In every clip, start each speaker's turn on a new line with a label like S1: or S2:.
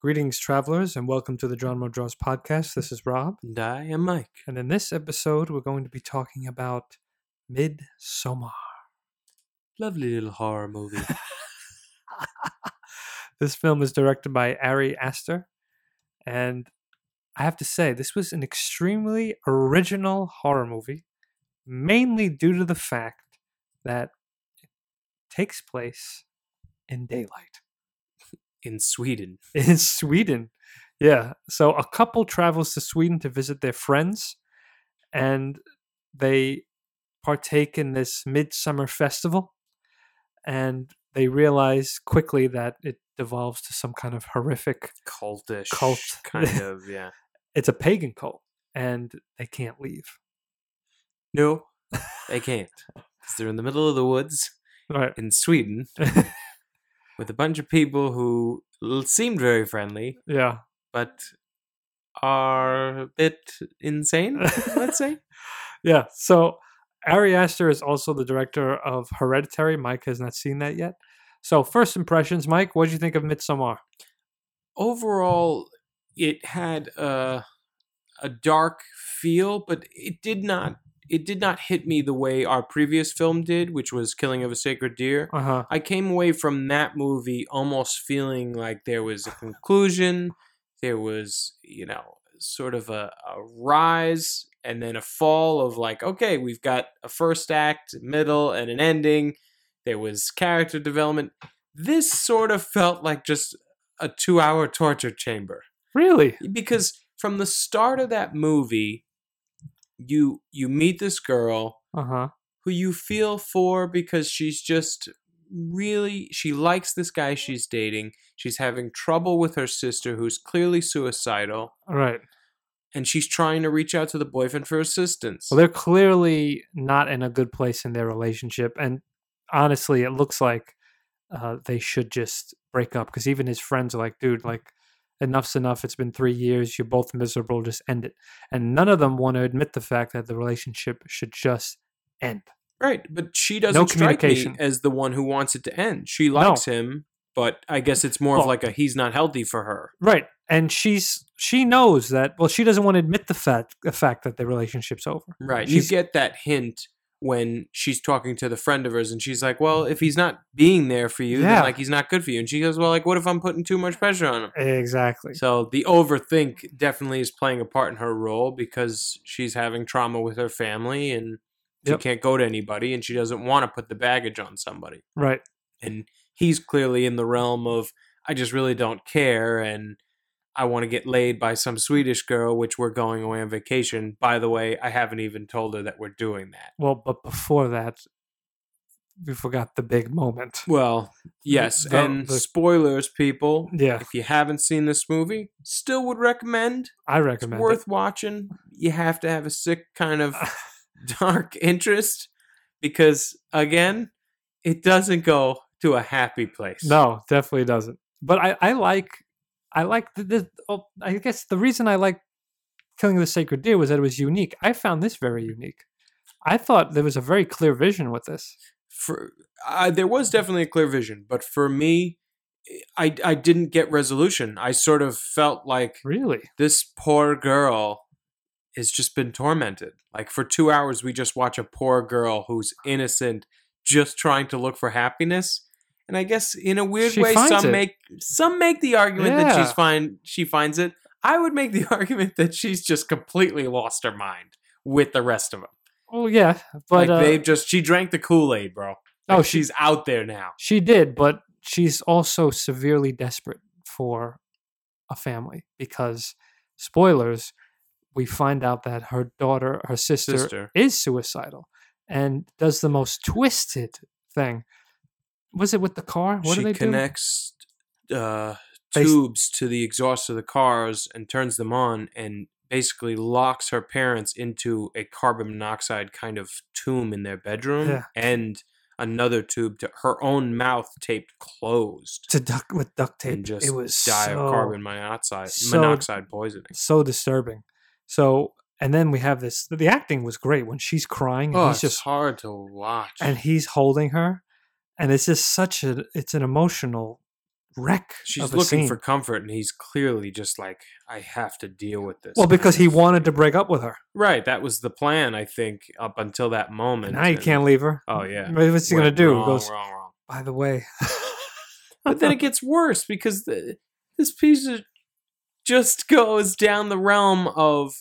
S1: Greetings, travelers, and welcome to the John Mo Draws podcast. This is Rob.
S2: And I am Mike.
S1: And in this episode, we're going to be talking about Midsommar.
S2: Lovely little horror movie.
S1: This film is directed by Ari Aster. And I have to say, this was an extremely original horror movie, mainly due to the fact that it takes place in daylight.
S2: In Sweden.
S1: in Sweden. Yeah. So a couple travels to Sweden to visit their friends and they partake in this midsummer festival and they realize quickly that it devolves to some kind of horrific
S2: Cultish.
S1: Cult.
S2: Kind of, yeah.
S1: it's a pagan cult and they can't leave.
S2: No, they can't. 'Cause they're in the middle of the woods
S1: Right.
S2: in Sweden with a bunch of people who l- seemed very friendly,
S1: yeah.
S2: but are a bit insane, let's say.
S1: Yeah. So Ari Aster is also the director of Hereditary. Mike has not seen that yet. So first impressions, Mike, what did you think of Midsommar?
S2: overall it had a a dark feel but it did not it did not hit me the way our previous film did which was killing of a sacred deer
S1: Uh-huh.
S2: i came away from that movie almost feeling like there was a conclusion there was you know sort of a, a rise and then a fall of like okay we've got a first act middle and an ending there was character development this sort of felt like just a two hour torture chamber
S1: Really?
S2: because from the start of that movie you you meet this girl
S1: Uh-huh.
S2: who you feel for because she's just really she likes this guy she's dating she's having trouble with her sister who's clearly suicidal
S1: Right.
S2: and she's trying to reach out to the boyfriend for assistance
S1: Well, they're clearly not in a good place in their relationship, and honestly, it looks like uh, they should just break up. Because even his friends are like, "Dude, like, enough's enough. It's been three years. You're both miserable. Just end it." And none of them want to admit the fact that the relationship should just end.
S2: right but she doesn't strike me
S1: communication.
S2: as the one who wants it to end she likes him but i guess it's more of
S1: Well-
S2: like a he's not healthy for her
S1: Right. And she's she knows that. Well, she doesn't want to admit the fact the fact that the relationship's over.
S2: Right.
S1: She's-
S2: you get that hint when she's talking to the friend of hers and she's like, Well, if he's not being there for you,
S1: Yeah.
S2: then like he's not good for you. And she goes, Well, like what if I'm putting too much pressure on him?
S1: Exactly.
S2: So the overthink definitely is playing a part in her role because she's having trauma with her family and she
S1: Yep.
S2: can't go to anybody and she doesn't want to put the baggage on somebody.
S1: Right.
S2: And he's clearly in the realm of I just really don't care and I want to get laid by some Swedish girl, which we're going away on vacation. By the way, I haven't even told her that we're doing that.
S1: Well, but before that, we forgot the big moment.
S2: Well, yes,
S1: the-
S2: and
S1: the-
S2: spoilers, people.
S1: Yeah,
S2: If you haven't seen this movie, still would recommend.
S1: I
S2: It's
S1: recommend. it.
S2: worth watching. You have to have a sick kind of dark interest because, again, it doesn't go to a happy place.
S1: No, definitely doesn't. But I, I like, I like the, the. Oh, I guess the reason I like killing the sacred deer was that it was unique. I found this very unique. I thought there was a very clear vision with this.
S2: for I there was definitely a clear vision, but for me, I I didn't get resolution. I sort of felt like
S1: Really,
S2: this poor girl has just been tormented. Like for two hours, we just watch a poor girl who's innocent, just trying to look for happiness. And I guess in a weird
S1: She
S2: way,
S1: finds
S2: some
S1: it.
S2: make some make the argument that she's
S1: Yeah.
S2: fine. She finds it. I would make the argument that she's just completely lost her mind with the rest of them.
S1: well, Oh, yeah, but
S2: like
S1: uh,
S2: they've just she drank the Kool Aid, bro. Like
S1: Oh, she-
S2: she's out there now.
S1: she did. But she's also severely desperate for a family because spoilers. We find out that her daughter, her sister,
S2: Sister,
S1: is suicidal and does the most twisted thing. Was it with the car? What
S2: she
S1: do they
S2: connects uh,
S1: Bas-
S2: tubes to the exhaust of the cars and turns them on and basically locks her parents into a carbon monoxide kind of tomb in their bedroom
S1: Yeah.
S2: and another tube to her own mouth taped closed
S1: do? To duck with duct tape.
S2: and just
S1: it was
S2: die
S1: so,
S2: of carbon monoxide
S1: so-
S2: monoxide poisoning.
S1: so disturbing. So, and then we have this. The acting was great when she's crying and
S2: Oh,
S1: he's
S2: it's
S1: just
S2: hard to watch.
S1: and he's holding her, and it's just such a. It's an emotional wreck.
S2: She's
S1: of a
S2: looking
S1: scene.
S2: for comfort, and he's clearly just like, I have to deal with this.
S1: well because
S2: man."
S1: he wanted to break up with her.
S2: right. That was the plan, I think, up until that moment.
S1: now you
S2: and-
S1: can't leave her.
S2: Oh yeah.
S1: But what's he gonna
S2: Went
S1: do? He
S2: wrong,
S1: goes
S2: wrong, wrong.
S1: by the way.
S2: But then it gets worse because the, this piece of just goes down the realm of,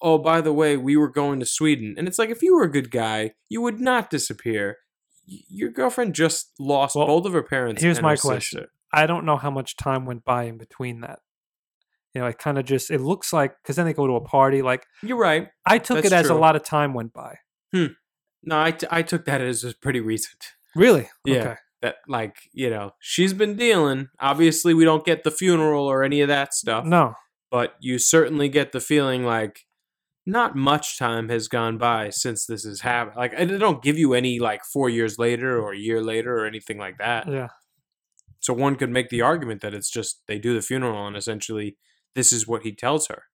S2: oh, by the way, we were going to Sweden. And it's like, if you were a good guy, you would not disappear. Y- Your girlfriend just lost
S1: Well,
S2: both of her parents.
S1: here's
S2: and
S1: my
S2: her
S1: question.
S2: sister.
S1: I don't know how much time went by in between that. You know, it kind of just it looks like because then they go to a party. Like
S2: You're right.
S1: I took
S2: That's
S1: it as a
S2: true.
S1: lot of time went by.
S2: No, I, t- I took that as as pretty recent.
S1: Really?
S2: Yeah.
S1: Okay.
S2: That, like, you know, she's been dealing. Obviously, we don't get the funeral or any of that stuff.
S1: No.
S2: but you certainly get the feeling like not much time has gone by since this has happened. Like I- they don't give you any like four years later or a year later or anything like that.
S1: Yeah.
S2: So one could make the argument that it's just they do the funeral and essentially this is what he tells her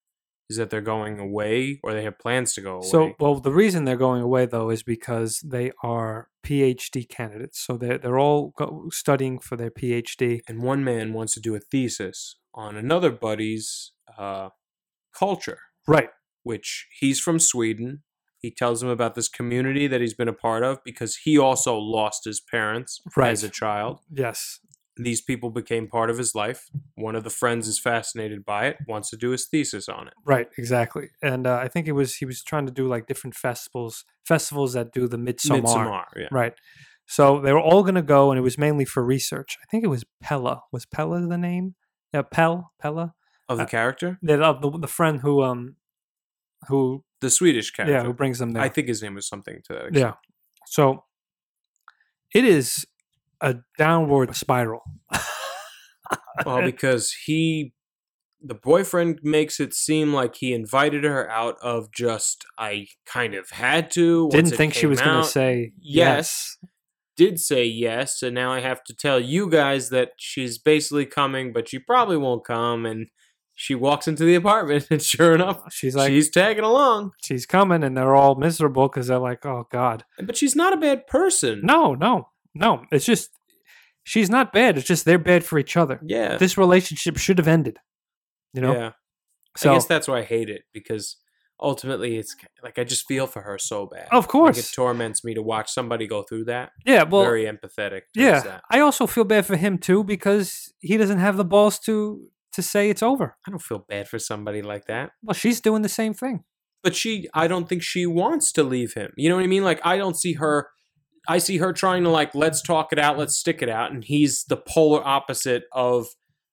S2: is that they're going away or they have plans to go away.
S1: So, well, the reason they're going away though is because they are PhD candidates. So they're they're all go- studying for their PhD.
S2: and one man wants to do a thesis on another buddy's uh, culture.
S1: Right.
S2: which he's from Sweden. He tells him about this community that he's been a part of because he also lost his parents
S1: Right.
S2: as a child.
S1: Yes.
S2: These people became part of his life. One of the friends is fascinated by it, wants to do his thesis on it.
S1: Right. Exactly. And uh, I think it was he was trying to do like different festivals festivals that do the midsummer.
S2: Midsommar, yeah.
S1: Right. So they were all going to go, and it was mainly for research. I think it was Pella. Was Pella the name? Yeah, Pell. Pella.
S2: Of the
S1: Uh,
S2: character?
S1: That uh, the, the friend who um who
S2: The Swedish
S1: yeah who
S2: character.
S1: brings them there.
S2: I think his name was something to that
S1: Yeah.
S2: extent.
S1: So it is a downward spiral.
S2: Well, because he the boyfriend makes it seem like he invited her out of just I kind of had to. once
S1: Didn't
S2: it
S1: think she
S2: came
S1: was going
S2: out."
S1: to say
S2: yes. did say yes, and now I have to tell you guys that she's basically coming, but she probably won't come. And she walks into the apartment, and sure enough,
S1: yes. She's like she's,
S2: she's tagging along.
S1: coming, and they're all miserable because they're like, oh god,
S2: But she's not a bad person.
S1: no, no, no. It's just she's not bad. It's just they're bad for each other.
S2: Yeah.
S1: This relationship should have ended. You know.
S2: Yeah.
S1: So
S2: I guess that's why I hate it because ultimately it's ki- like I just feel for her so bad.
S1: Of course.
S2: Like, it torments me to watch somebody go through that.
S1: yeah, well,
S2: Very empathetic. towards
S1: yeah.
S2: that.
S1: I also feel bad for him too because he doesn't have the balls to to say it's over.
S2: I don't feel bad for somebody like that.
S1: Well, she's doing the same thing.
S2: but she i don't think she wants to leave him you know what i mean like i don't see her i see her trying to like let's talk it out let's stick it out and he's the polar opposite of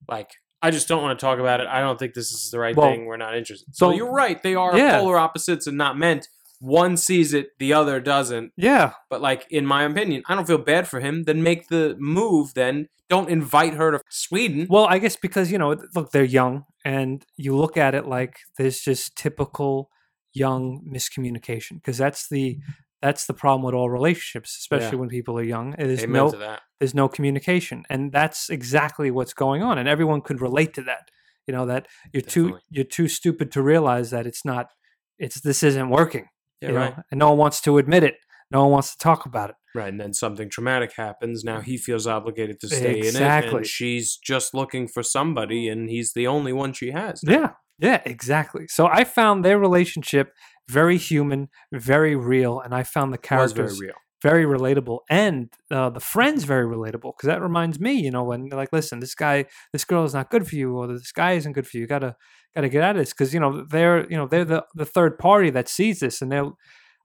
S2: like i just don't want to talk about it i don't think this is the right
S1: Well,
S2: thing we're not interested so
S1: well,
S2: you're right they are
S1: yeah.
S2: polar opposites and not meant one sees it the other doesn't
S1: Yeah,
S2: but like in my opinion i don't feel bad for him then make the move then don't invite her to sweden
S1: Well, I guess because you know, th- look, they're young, and you look at it like there's just typical young miscommunication because that's the that's the problem with all relationships, especially
S2: Yeah.
S1: when people are young. There's
S2: Amen
S1: no
S2: to that
S1: there's no communication, and that's exactly what's going on, and everyone could relate to that. You know that you're too
S2: Definitely.
S1: you're too stupid to realize that it's not it's this isn't working,
S2: yeah
S1: you know,
S2: right
S1: and no one wants to admit it. No one wants to talk about it.
S2: Right, and then something traumatic happens. Now he feels obligated to stay in it,
S1: Exactly.
S2: and she's just looking for somebody, and he's the only one she has.
S1: Yeah, yeah, exactly. So I found their relationship very human, very real, and I found the
S2: Was
S1: characters
S2: very real.
S1: very, relatable and uh, the friends very relatable. Because that reminds me, you know, when they're like, listen, this guy, this girl is not good for you, or this guy isn't good for you. You gotta, gotta get out of this. Because you know they're, you know, they're the the third party that sees this, and they're,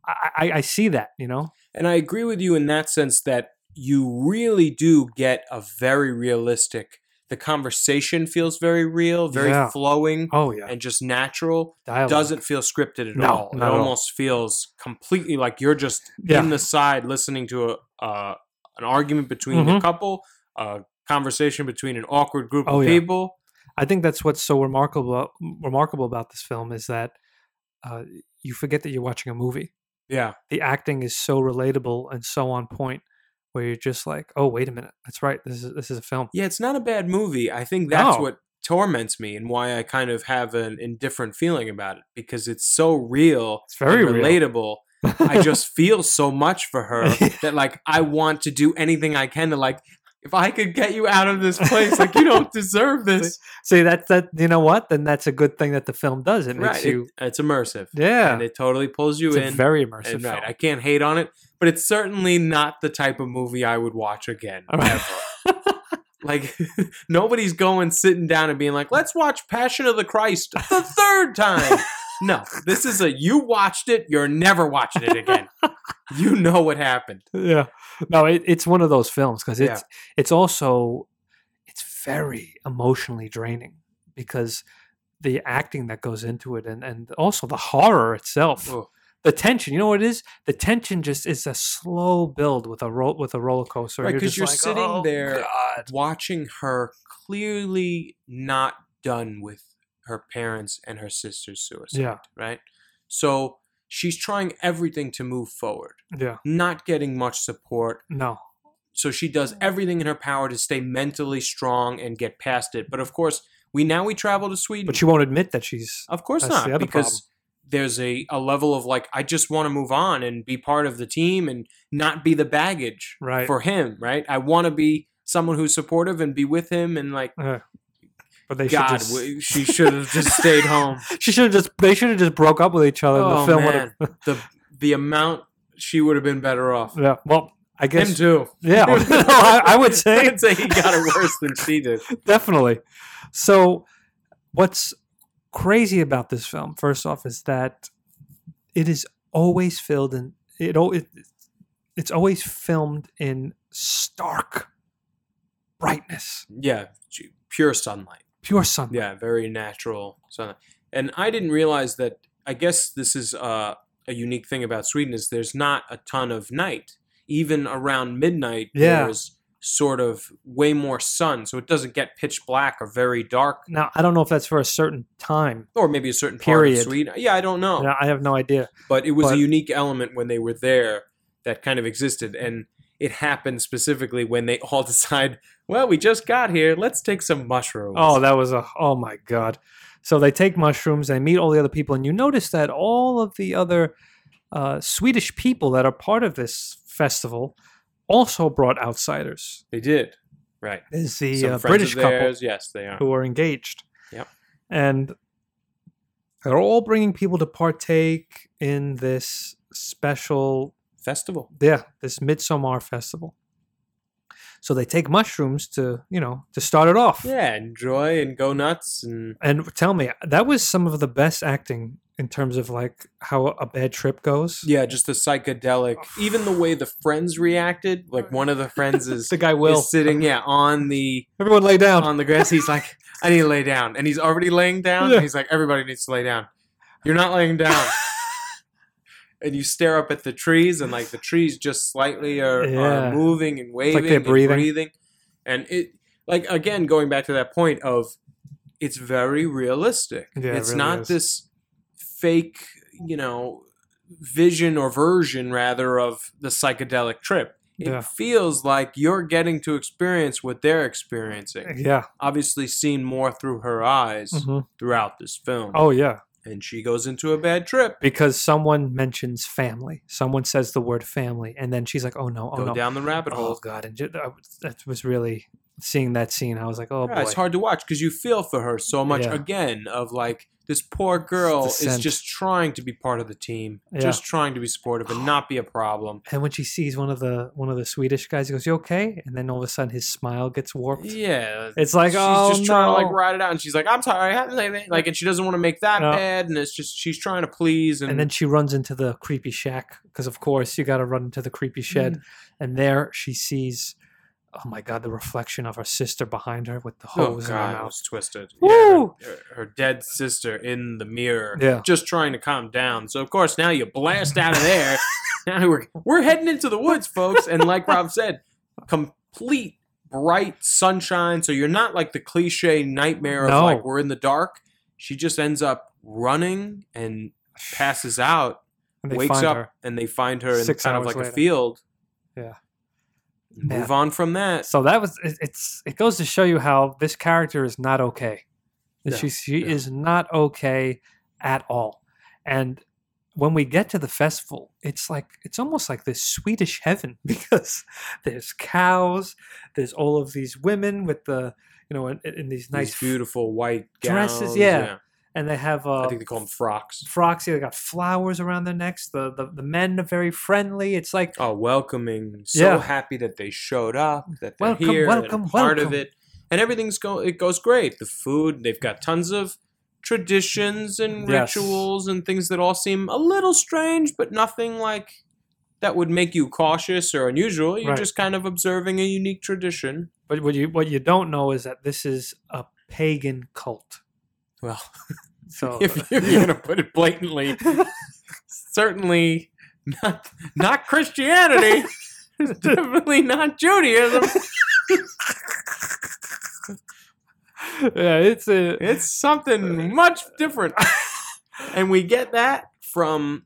S1: I, I, I see that, you know.
S2: And I agree with you in that sense that you really do get a very realistic. The conversation feels very real, very
S1: Yeah.
S2: flowing,
S1: Oh yeah,
S2: and just natural.
S1: dialogue.
S2: Doesn't feel scripted at
S1: No,
S2: all. It
S1: not at all.
S2: almost feels completely like you're just
S1: yeah,
S2: in the side listening to a uh, an argument between a
S1: Mhm.
S2: couple, a conversation between an awkward group
S1: Oh,
S2: of
S1: yeah.
S2: people.
S1: I think that's what's so remarkable remarkable about this film is that uh, you forget that you're watching a movie.
S2: Yeah.
S1: the acting is so relatable and so on point where you're just like, oh wait a minute, that's right, this is this is a film.
S2: Yeah, it's not a bad movie. I think that's
S1: No.
S2: what torments me and why I kind of have an indifferent feeling about it because it's so real,
S1: It's very
S2: and
S1: relatable.
S2: relatable. I just feel so much for her that like I want to do anything I can to like if I could get you out of this place, like you don't deserve this.
S1: See that that you know what? Then that's a good thing that the film does. It makes
S2: right.
S1: you
S2: it- it's immersive.
S1: yeah.
S2: And it totally pulls you
S1: It's a
S2: in.
S1: very immersive
S2: and,
S1: film.
S2: right, I can't hate on it, but it's certainly not the type of movie I would watch again.
S1: All right.
S2: ever. like nobody's going sitting down and being like, "Let's watch Passion of the Christ the third time." no, this is a you watched it, you're never watching it again. you know what happened.
S1: yeah. No, it, it's one of those films because it's it's also it's very emotionally draining because the acting that goes into it and and also the horror itself.
S2: Ugh.
S1: The tension, you know what it is? The tension just is a slow build with a roll with a roller coaster.
S2: Right, 'cause you're
S1: just
S2: sitting
S1: "Oh,
S2: there-
S1: God."
S2: Watching her clearly not done with her parents and her sister's suicide,
S1: Yeah,
S2: right? So she's trying everything to move forward,
S1: yeah.
S2: not getting much support,
S1: No,
S2: so she does everything in her power to stay mentally strong and get past it. But of course, we now we travel to Sweden.
S1: but she won't admit that she's
S2: of course
S1: that's
S2: not,
S1: the other
S2: because
S1: problem.
S2: there's a, a level of like I just want to move on and be part of the team and not be the baggage
S1: Right.
S2: for him. Right? I want to be someone who's supportive and be with him and like
S1: But they
S2: God,
S1: should just,
S2: w she should have just stayed home.
S1: she should have just they should have just broke up with each other. and
S2: oh
S1: the film would
S2: man,
S1: have
S2: the the amount she would have been better off.
S1: yeah. Well, I
S2: Him
S1: guess
S2: too.
S1: yeah. No, I, I would say
S2: I'd say he got it worse than she did.
S1: definitely. So, what's crazy about this film, first off, is that it is always filled in it. al- it it's always filmed in stark brightness,
S2: Yeah, she- pure sunlight.
S1: pure sunlight.
S2: Yeah, very natural sunlight. And I didn't realize that. I guess this is uh, a unique thing about Sweden is there's not a ton of night. Even around midnight,
S1: Yeah.
S2: there's sort of way more sun, so it doesn't get pitch black or very dark,
S1: Now, I don't know if that's for a certain time.
S2: or maybe a certain part
S1: Period.
S2: of Sweden. Yeah, I don't know.
S1: Yeah, I have no idea.
S2: But it was a
S1: But-
S2: unique element when they were there that kind of existed, and it happened specifically when they all decide, well, we just got here, let's take some mushrooms.
S1: Oh, that was a oh my god. So they take mushrooms, they meet all the other people, and you notice that all of the other uh, Swedish people that are part of this festival also brought outsiders.
S2: they did. Right.
S1: There's the
S2: Some
S1: uh,
S2: friends
S1: British
S2: of
S1: couple
S2: theirs, Yes, they are.
S1: who are engaged.
S2: Yep.
S1: And they're all bringing people to partake in this special
S2: Festival.
S1: yeah, this Midsummer festival. So they take mushrooms to, you know, to start it off.
S2: Yeah, enjoy and go nuts and
S1: And tell me, that was some of the best acting in terms of like how a bad trip goes.
S2: yeah, just the psychedelic. Even the way the friends reacted, like one of the friends is,
S1: The guy will.
S2: is sitting, yeah, on the
S1: Everyone lay down.
S2: on the grass. He's like, I need to lay down, and he's already laying down.
S1: Yeah.
S2: He's like, everybody needs to lay down. You're not laying down. And you stare up at the trees, and like the trees just slightly are,
S1: Yeah.
S2: are moving and waving,
S1: they're breathing.
S2: and breathing, and it like again going back to that point of it's very realistic.
S1: Yeah, it
S2: it's
S1: really
S2: not
S1: is.
S2: this fake, you know, vision or version rather of the psychedelic trip. It
S1: Yeah.
S2: feels like you're getting to experience what they're experiencing.
S1: yeah.
S2: Obviously, seen more through her eyes
S1: Mhm.
S2: throughout this film.
S1: Oh yeah.
S2: And she goes into a bad trip.
S1: Because someone mentions family. Someone says the word family and then she's like, "Oh no, oh
S2: go
S1: no."
S2: down the rabbit
S1: oh
S2: hole.
S1: god, and ju- I was- that was really seeing that scene. I was like, "Oh
S2: Yeah, it's
S1: boy."
S2: hard to watch because you feel for her so much
S1: Yeah.
S2: again of like this poor girl is
S1: Descent.
S2: just trying to be part of the team,
S1: Yeah.
S2: just trying to be supportive and not be a problem.
S1: And when she sees one of the one of the Swedish guys, he goes, "You okay?" And then all of a sudden, his smile gets warped.
S2: Yeah,
S1: It's Oh. like,
S2: she's
S1: "Oh
S2: just
S1: no!"
S2: trying to like ride it out, and she's like, "I'm sorry," I didn't say that," like, and she doesn't want to make that
S1: No.
S2: bad, and it's just she's trying to please, and,
S1: and then she runs into the creepy shack because, of course, you got to run into the creepy shed.
S2: Mm.
S1: And there, she sees, oh my god, the reflection of her sister behind her with the
S2: oh
S1: hose in her
S2: god, it
S1: mouth.
S2: was twisted. Yeah, her,
S1: Woo!
S2: her- her dead sister in the mirror,
S1: Yeah.
S2: just trying to calm down. So of course now you blast out of there. now we're we're heading into the woods, folks, and like Rob said, complete bright sunshine. So you're not like the cliche nightmare of
S1: No.
S2: like we're in the dark. She just ends up running and passes out.
S1: And they
S2: wakes
S1: find
S2: up
S1: her.
S2: and they find her in
S1: Six
S2: kind of
S1: hours
S2: like a
S1: later.
S2: field.
S1: Yeah. Yeah.
S2: Move on from that.
S1: So that was it, it's. It goes to show you how this character is not okay. That
S2: No,
S1: she she
S2: no.
S1: is not okay at all. And when we get to the festival, it's like it's almost like this Swedish heaven because there's cows, there's all of these women with the you know in, in these nice
S2: These beautiful white
S1: dresses,
S2: gowns,
S1: yeah. and they have
S2: I
S1: uh,
S2: think they call them frocks.
S1: frocks. yeah, They got flowers around their necks. The, the the men are very friendly. It's like
S2: Oh, welcoming! So
S1: Yeah.
S2: happy that they showed up, that they're
S1: Welcome,
S2: here, welcome,
S1: welcome,
S2: part of
S1: welcome.
S2: it, and everything's go. It goes great. The food they've got tons of traditions and
S1: Yes.
S2: rituals and things that all seem a little strange, but nothing like that would make you cautious or unusual. You're
S1: Right.
S2: just kind of observing a unique tradition.
S1: but what you what you don't know is that this is a pagan cult.
S2: Well,
S1: So
S2: if, if you're going to put it blatantly, certainly not not Christianity. Definitely not Judaism.
S1: yeah, it's a
S2: It's something much different. and we get that from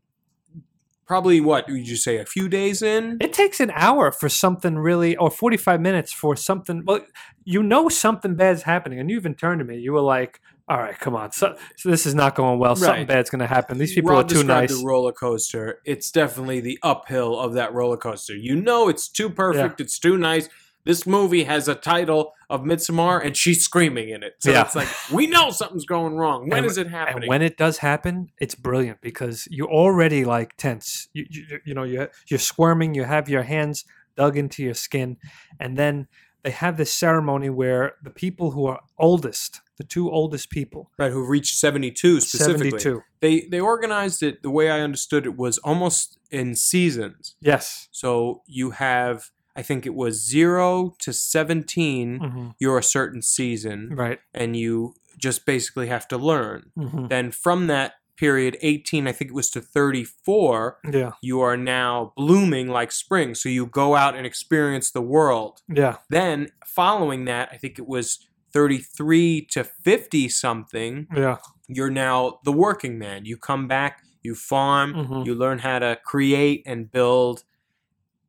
S2: probably what would you say a few days in?
S1: It takes an hour for something really, or 45 minutes for something. Well, you know something bad's happening, and you even turned to me. You were like, "All right, come on, so, so this is not going well. Something
S2: Right.
S1: bad's going to happen. These people
S2: Rob
S1: are too
S2: described
S1: nice."
S2: The roller coaster. It's definitely the uphill of that roller coaster. You know, it's too perfect. It's too nice. This movie has a title of Midsommar, and she's screaming in it. So
S1: Yeah.
S2: it's like we know something's going wrong. When
S1: And-
S2: is it happening?
S1: and when it does happen, it's brilliant because you're already like tense. You you, you know you you're squirming. You have your hands dug into your skin, and then they have this ceremony where the people who are oldest, the two oldest people,
S2: right, who reached seventy-two specifically?
S1: 72.
S2: They they organized it the way I understood it was almost in seasons.
S1: Yes.
S2: So you have, I think it was zero to 17,
S1: Mhm.
S2: you're a certain season,
S1: Right.
S2: and you just basically have to learn.
S1: hmm
S2: Then from that period, 18, I think it was to 34,
S1: Yeah.
S2: you are now blooming like spring. So you go out and experience the world.
S1: Yeah.
S2: Then following that, I think it was 33 to 50 something,
S1: Yeah.
S2: you're now the working man. You come back, you farm,
S1: Mhm.
S2: you learn how to create and build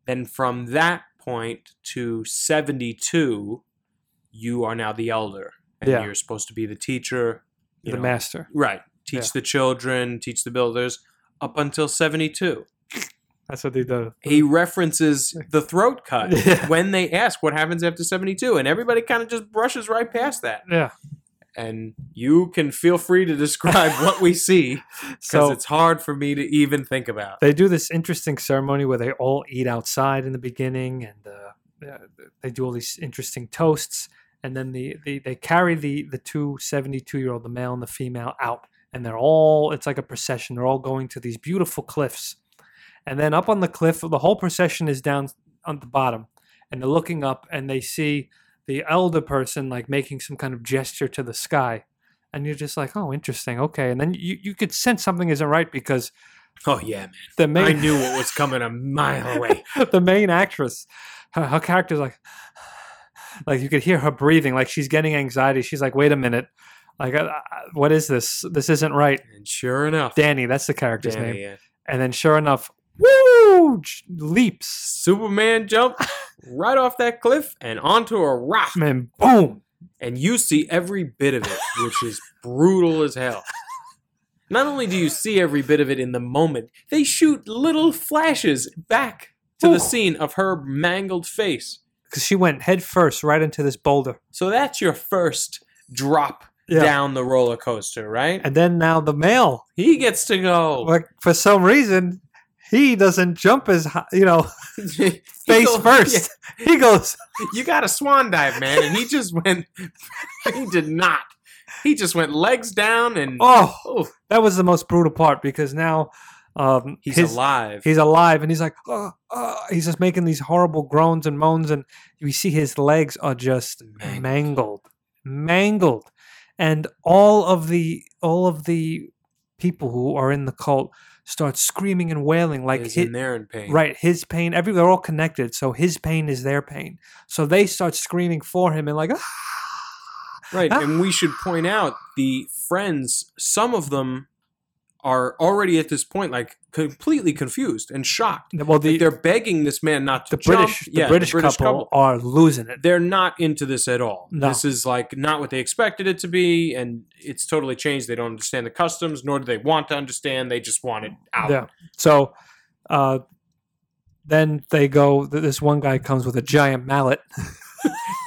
S2: then from that point to 72 you are now the elder and
S1: Yeah.
S2: you're supposed to be the teacher you
S1: the
S2: know.
S1: master.
S2: right teach
S1: Yeah.
S2: the children teach the builders up until 72
S1: That's what they do.
S2: he references the throat cut
S1: Mm-hmm. Yeah.
S2: when they ask what happens after 72 and everybody kind of just brushes right past that
S1: Yeah.
S2: and you can feel free to describe what we see because
S1: So
S2: it's hard for me to even think about
S1: they do this interesting ceremony where they all eat outside in the beginning, and uh, uh, they do all these interesting toasts, and then the, the they carry the the two 72 year old, the male and the female, out, and they're all it's like a procession. They're all going to these beautiful cliffs, and then up on the cliff, the whole procession is down on the bottom, and they're looking up and they see the elder person like making some kind of gesture to the sky. And you're just like, oh, interesting, okay. And then you, you could sense something isn't right because
S2: oh yeah man
S1: the
S2: i
S1: main
S2: knew what was coming a mile away
S1: the main actress, her, her character's like, like you could hear her breathing, like she's getting anxiety. She's like, wait a minute, like, I, I- what is this? This isn't right.
S2: And sure enough,
S1: Danny, that's the character's
S2: Danny,
S1: name.
S2: yeah.
S1: And then, sure enough, woo, j- leaps,
S2: Superman jumped right off that cliff and onto a rock,
S1: and boom,
S2: and you see every bit of it, which is brutal as hell. Not only do you see every bit of it in the moment, they shoot little flashes back to
S1: Ooh.
S2: the scene of her mangled face.
S1: because she went head first right into this boulder.
S2: So that's your first drop down the roller coaster, right?
S1: And then now the male,
S2: He gets to go
S1: like for some reason, he doesn't jump as high, you know
S2: face
S1: face first. He goes
S2: you got a swan dive, man, and he just went. he did not. He just went legs down and
S1: oh.
S2: oh,
S1: that was the most brutal part because now um,
S2: he's
S1: his-
S2: alive.
S1: He's alive, and he's like, oh, oh," he's just making these horrible groans and moans, and we see his legs are just
S2: Mangled.
S1: mangled, mangled, and all of the all of the people who are in the cult start screaming and wailing like
S2: is
S1: hi-
S2: in there in pain,
S1: Right, his pain. Every they're all connected, so his pain is their pain. So they start screaming for him and like, "Ah!"
S2: Right, and we should point out the friends. Some of them are already at this point like completely confused and shocked.
S1: Well, the
S2: Like, they're begging this man not to
S1: the
S2: jump.
S1: British, the
S2: Yeah,
S1: British couple, are losing it.
S2: They're not into this at all.
S1: No.
S2: This is like not what they expected it to be, and it's totally changed. They don't understand the customs, nor do they want to understand. They just want it out.
S1: Yeah. So uh, then they go. th- This one guy comes with a giant mallet,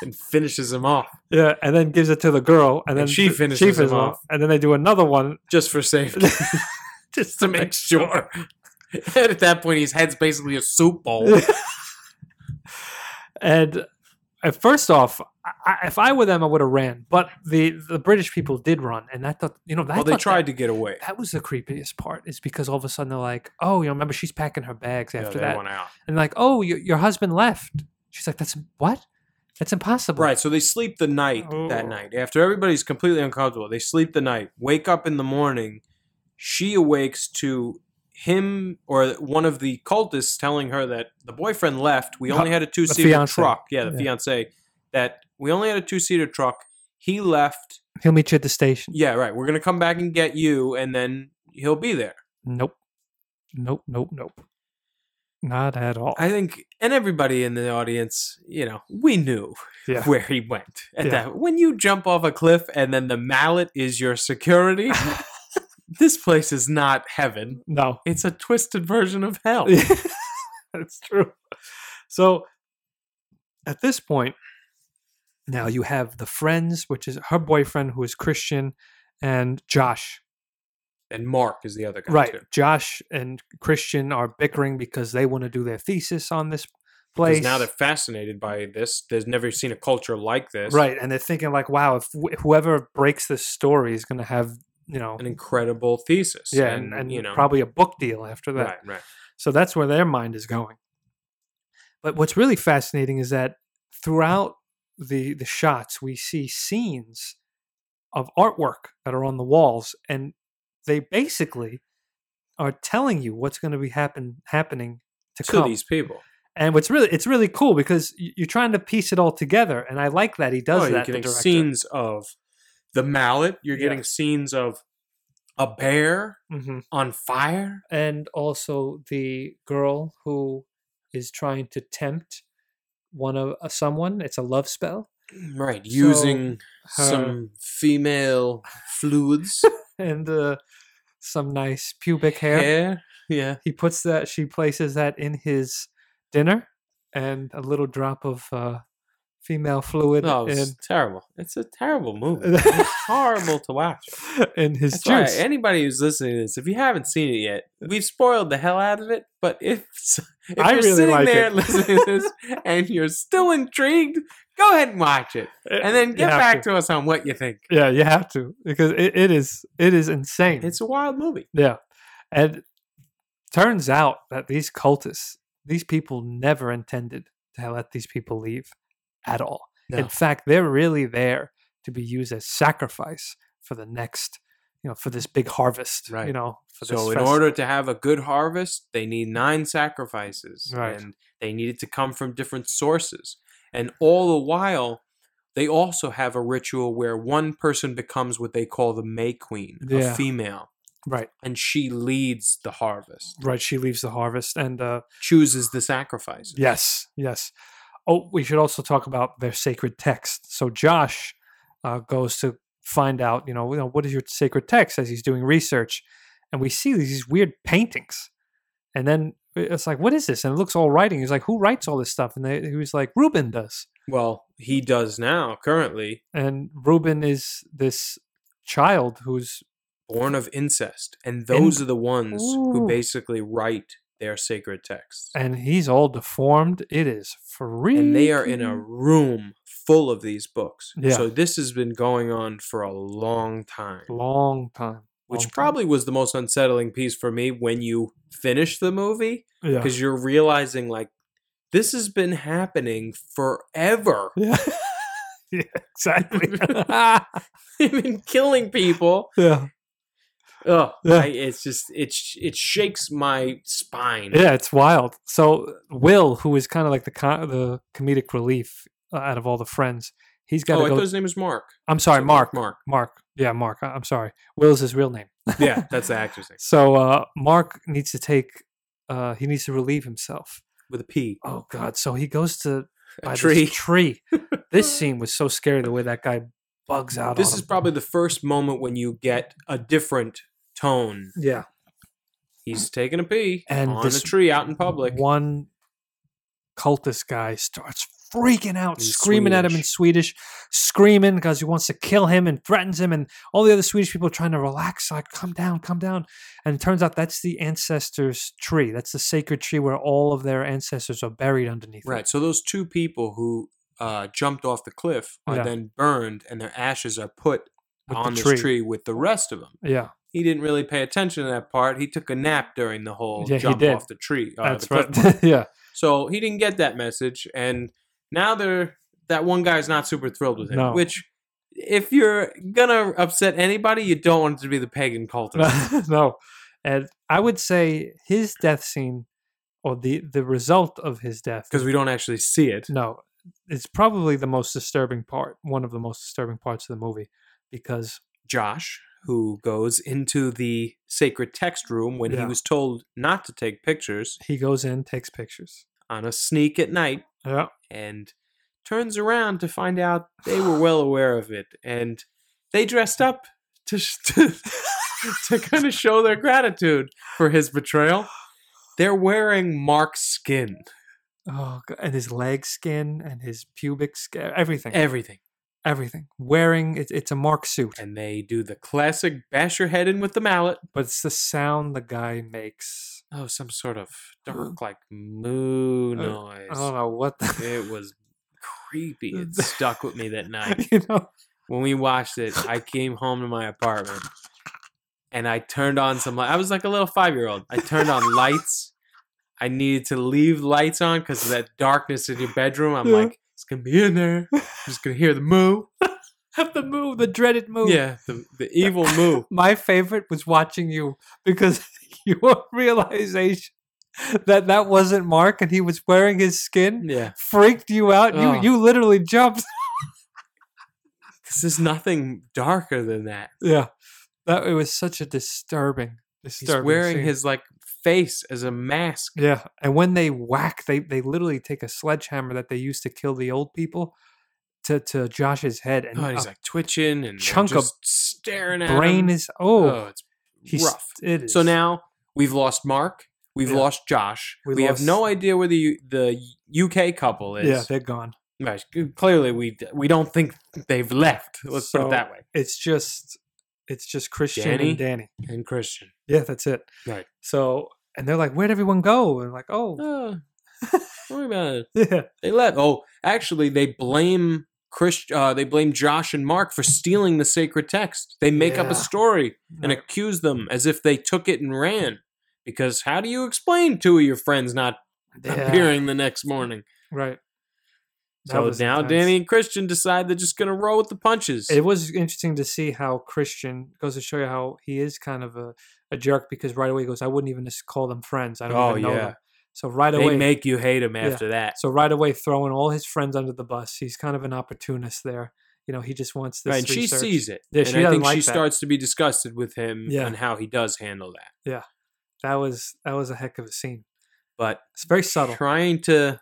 S2: and finishes him off
S1: yeah, and then gives it to the girl, and,
S2: And
S1: then
S2: she
S1: th-
S2: finishes
S1: she
S2: him
S1: finishes him
S2: off.
S1: and then they do another one
S2: just for safety,
S1: just
S2: to make sure. and at that point, his head's basically a soup bowl.
S1: And uh, first off, I- I, if I were them, I would have ran. But the the British people did run, and I thought, you know, that
S2: well, they tried to get away.
S1: That, was the creepiest part. Is because all of a sudden they're like, oh, you know, remember she's packing her bags
S2: Yeah,
S1: after
S2: they
S1: that,
S2: went out.
S1: and like, oh, your your husband left. She's like, that's what? That's impossible.
S2: Right, so they sleep the night that
S1: Oh.
S2: night. After everybody's completely uncomfortable, they sleep the night, wake up in the morning. She awakes to him or one of the cultists telling her that the boyfriend left. We
S1: Hu-
S2: only had a two seater
S1: fiancé.
S2: truck. Yeah, the
S1: Yeah.
S2: fiance. That we only had a two seater truck. He left.
S1: He'll meet you at the station.
S2: Yeah, right. We're going to come back and get you, and then he'll be there.
S1: Nope. Nope. Nope. Nope. Not at all.
S2: I think, and everybody in the audience, you know, we knew
S1: Yeah.
S2: where he went at
S1: Yeah.
S2: that. When you jump off a cliff and then the mallet is your security, this place is not heaven.
S1: no.
S2: It's a twisted version of hell.
S1: That's true. So at this point, now you have the friends, which is her boyfriend who is Christian, and Josh.
S2: and Mark is the other guy
S1: right.
S2: too.
S1: Josh and Christian are bickering because they want to do their thesis on this place.
S2: Because now they're fascinated by this. They've never seen a culture like this.
S1: right. And they're thinking, like, wow, if wh- whoever breaks this story is going to have, you know,
S2: An incredible thesis.
S1: yeah, and, and
S2: you know,
S1: probably a book deal after that.
S2: right, right.
S1: So that's where their mind is going. But what's really fascinating is that throughout the the shots we see scenes of artwork that are on the walls and they basically are telling you what's going to be happen happening to,
S2: To
S1: come.
S2: these people.
S1: And what's really it's really cool because y- you're trying to piece it all together and I like that he does
S2: Oh,
S1: that
S2: You're
S1: the
S2: getting
S1: director.
S2: scenes of the mallet. You're
S1: Yeah.
S2: getting scenes of a bear
S1: Mhm.
S2: on fire.
S1: and also the girl who is trying to tempt one of uh, someone it's a love spell
S2: Right.
S1: So,
S2: Using
S1: her-
S2: some female fluids.
S1: and uh, some nice pubic hair.
S2: hair. Yeah.
S1: He puts that. She places that in his dinner, and a little drop of uh, female fluid
S2: No, Oh, it's
S1: in,
S2: terrible. It's a terrible movie. It's horrible to watch.
S1: in his
S2: That's why
S1: juice.
S2: anybody who's listening to this, if you haven't seen it yet, we've spoiled the hell out of it. But if, if
S1: I
S2: you're
S1: really
S2: sitting
S1: like
S2: there
S1: it.
S2: listening to this and you're still intrigued, go ahead and watch it. And then get back to. us on what you think.
S1: Yeah, you have to because it, it is it is insane.
S2: It's a wild movie.
S1: yeah, and turns out that these cultists, these people, never intended to let these people leave at all. In fact, they're really there to be used as sacrifice for the next, you know, for this big harvest.
S2: Right.
S1: You know, for this
S2: So, in
S1: fest-
S2: order to have a good harvest, they need nine sacrifices,
S1: Right.
S2: and they needed to come from different sources. And all the while, they also have a ritual where one person becomes what they call the May Queen,
S1: Yeah.
S2: a female,
S1: right,
S2: and she leads the harvest,
S1: right. She leaves the harvest, and uh,
S2: chooses the sacrifices.
S1: yes, yes. Oh, we should also talk about their sacred text. So Josh uh, goes to find out, you know, you know, what is your sacred text as he's doing research, and we see these weird paintings, and then it's like, what is this? And it looks all writing. He's like, who writes all this stuff? And they, he was like, Reuben does.
S2: Well, he does now, currently,
S1: and Reuben is this child who's
S2: born of incest, and those are the ones who
S1: Ooh.
S2: basically write their sacred texts.
S1: and he's all deformed. It is free,
S2: and they are in a room full of these books.
S1: Mm-hmm. Yeah.
S2: So this has been going on for a long time,
S1: long time,
S2: which
S1: long
S2: probably was the most unsettling piece for me when you finish the movie
S1: time. yeah,
S2: because you're realizing like this has been happening forever.
S1: yeah. yeah, exactly.
S2: They've been killing people.
S1: yeah,
S2: Oh,
S1: Yeah.
S2: it's just it's it shakes my spine.
S1: yeah, it's wild. So Will, who is kind of like the co- the comedic relief uh, out of all the friends, he's got
S2: Oh,
S1: to
S2: I
S1: go.
S2: thought his name was Mark.
S1: I'm sorry, Mark.
S2: Mark.
S1: Mark. Yeah, Mark. I- I'm sorry. Will's his real name.
S2: yeah, that's the actor's name
S1: So uh, Mark needs to take. Uh, he needs to relieve himself.
S2: with a P.
S1: Oh God! So he goes to
S2: A
S1: by this
S2: tree.
S1: tree. This scene was so scary. The way that guy bugs out.
S2: This
S1: on
S2: is
S1: him.
S2: probably the first moment when you get a different tone.
S1: yeah.
S2: He's taking a pee
S1: And
S2: on
S1: this
S2: a tree out in public.
S1: One cultist guy starts freaking out,
S2: In
S1: screaming at him in Swedish, screaming because he wants to kill him and threatens him. And all the other Swedish people are trying to relax, like, come down, come down. And it turns out that's the ancestors' tree. That's the sacred tree where all of their ancestors are buried underneath. it.
S2: Right. So those two people who uh, jumped off the cliff are
S1: Yeah.
S2: then burned, and their ashes are put
S1: With the
S2: on this
S1: tree.
S2: tree with the rest of them.
S1: Yeah.
S2: He didn't really pay attention to that part. He took a nap during the whole
S1: Yeah, he
S2: jump
S1: did.
S2: off the tree. Uh,
S1: that's
S2: the cliff
S1: right.
S2: part.
S1: yeah.
S2: So he didn't get that message, and now they're that one guy's not super thrilled with him.
S1: No.
S2: Which, if you're gonna upset anybody, you don't want it to be the pagan cultist.
S1: no. And I would say his death scene or the, the result of his death
S2: Because we don't actually see it.
S1: No, it's probably the most disturbing part, one of the most disturbing parts of the movie, because
S2: Josh, who goes into the sacred text room when he
S1: Yeah.
S2: was told not to take pictures
S1: he goes in, takes pictures.
S2: on a sneak at night,
S1: Yeah.
S2: and turns around to find out they were well aware of it, and they dressed up to sh- to, to kind of show their gratitude for his betrayal. They're wearing Mark's skin,
S1: Oh, God. and his leg skin and his pubic skin, everything,
S2: everything,
S1: everything. Wearing it, it's a Mark suit,
S2: and they do the classic bash your head in with the mallet.
S1: but it's the sound the guy makes.
S2: Oh, some sort of dark like moo noise.
S1: I don't know what the.
S2: It was creepy. It stuck with me that night.
S1: you know,
S2: when we watched it, I came home to my apartment and I turned on some light. I was like a little five year old. I turned on lights. I needed to leave lights on because of that darkness in your bedroom. I'm
S1: Yeah.
S2: like, it's gonna be in there. I'm just gonna hear the moo.
S1: the move, the dreaded move.
S2: Yeah, the, the evil moo.
S1: My favorite was watching you because your realization that that wasn't Mark and he was wearing his skin
S2: Yeah,
S1: freaked you out.
S2: Ugh.
S1: You you literally jumped.
S2: because there's nothing darker than that.
S1: Yeah, that it was such a disturbing,
S2: He's
S1: disturbing.
S2: wearing
S1: scene.
S2: his like face as a mask.
S1: yeah, and when they whack, they they literally take a sledgehammer that they used to kill the old people to to Josh's head, and
S2: Oh, and he's
S1: a
S2: like twitching and
S1: chunk
S2: chunk
S1: of
S2: just staring at
S1: brain
S2: him.
S1: is oh,
S2: it's
S1: he's
S2: rough.
S1: It is.
S2: So now we've lost Mark. We've
S1: Yeah.
S2: lost Josh.
S1: We
S2: We, have
S1: lost-
S2: no idea where the U- the UK couple
S1: yeah,
S2: is.
S1: they're gone.
S2: Right, Clearly, we we don't think they've left. Let's put
S1: So-
S2: it that way.
S1: It's just it's just Christian
S2: Danny?
S1: and Danny.
S2: And Christian.
S1: Yeah, that's it.
S2: Right.
S1: So and they're like, where'd everyone go? And like, oh,
S2: Oh, worry about it.
S1: yeah,
S2: They left. Oh, actually, they blame Chris. Uh, they blame Josh and Mark for stealing the sacred text. They make up
S1: Yeah.
S2: a story and
S1: Right.
S2: accuse them as if they took it and ran. Because how do you explain two of your friends not
S1: Yeah.
S2: appearing the next morning?
S1: right. That
S2: So
S1: was
S2: now
S1: intense.
S2: Danny and Christian decide they're just going to roll with the punches.
S1: It was interesting to see how Christian goes to show you how he is kind of a, a jerk because right away he goes, I wouldn't even just call them friends. I don't
S2: Oh,
S1: even know
S2: yeah.
S1: them. So right
S2: they
S1: away,
S2: make you hate him
S1: Yeah.
S2: after that.
S1: so right away, throwing all his friends under the bus. He's kind of an opportunist there. You know, he just wants this.
S2: Right, and she
S1: research.
S2: sees it.
S1: Yeah,
S2: and
S1: she
S2: I
S1: doesn't
S2: think she
S1: like that.
S2: starts to be disgusted with him
S1: Yeah.
S2: and how he does handle that.
S1: that was that was a heck of a scene.
S2: But
S1: It's very subtle. Mm,
S2: trying to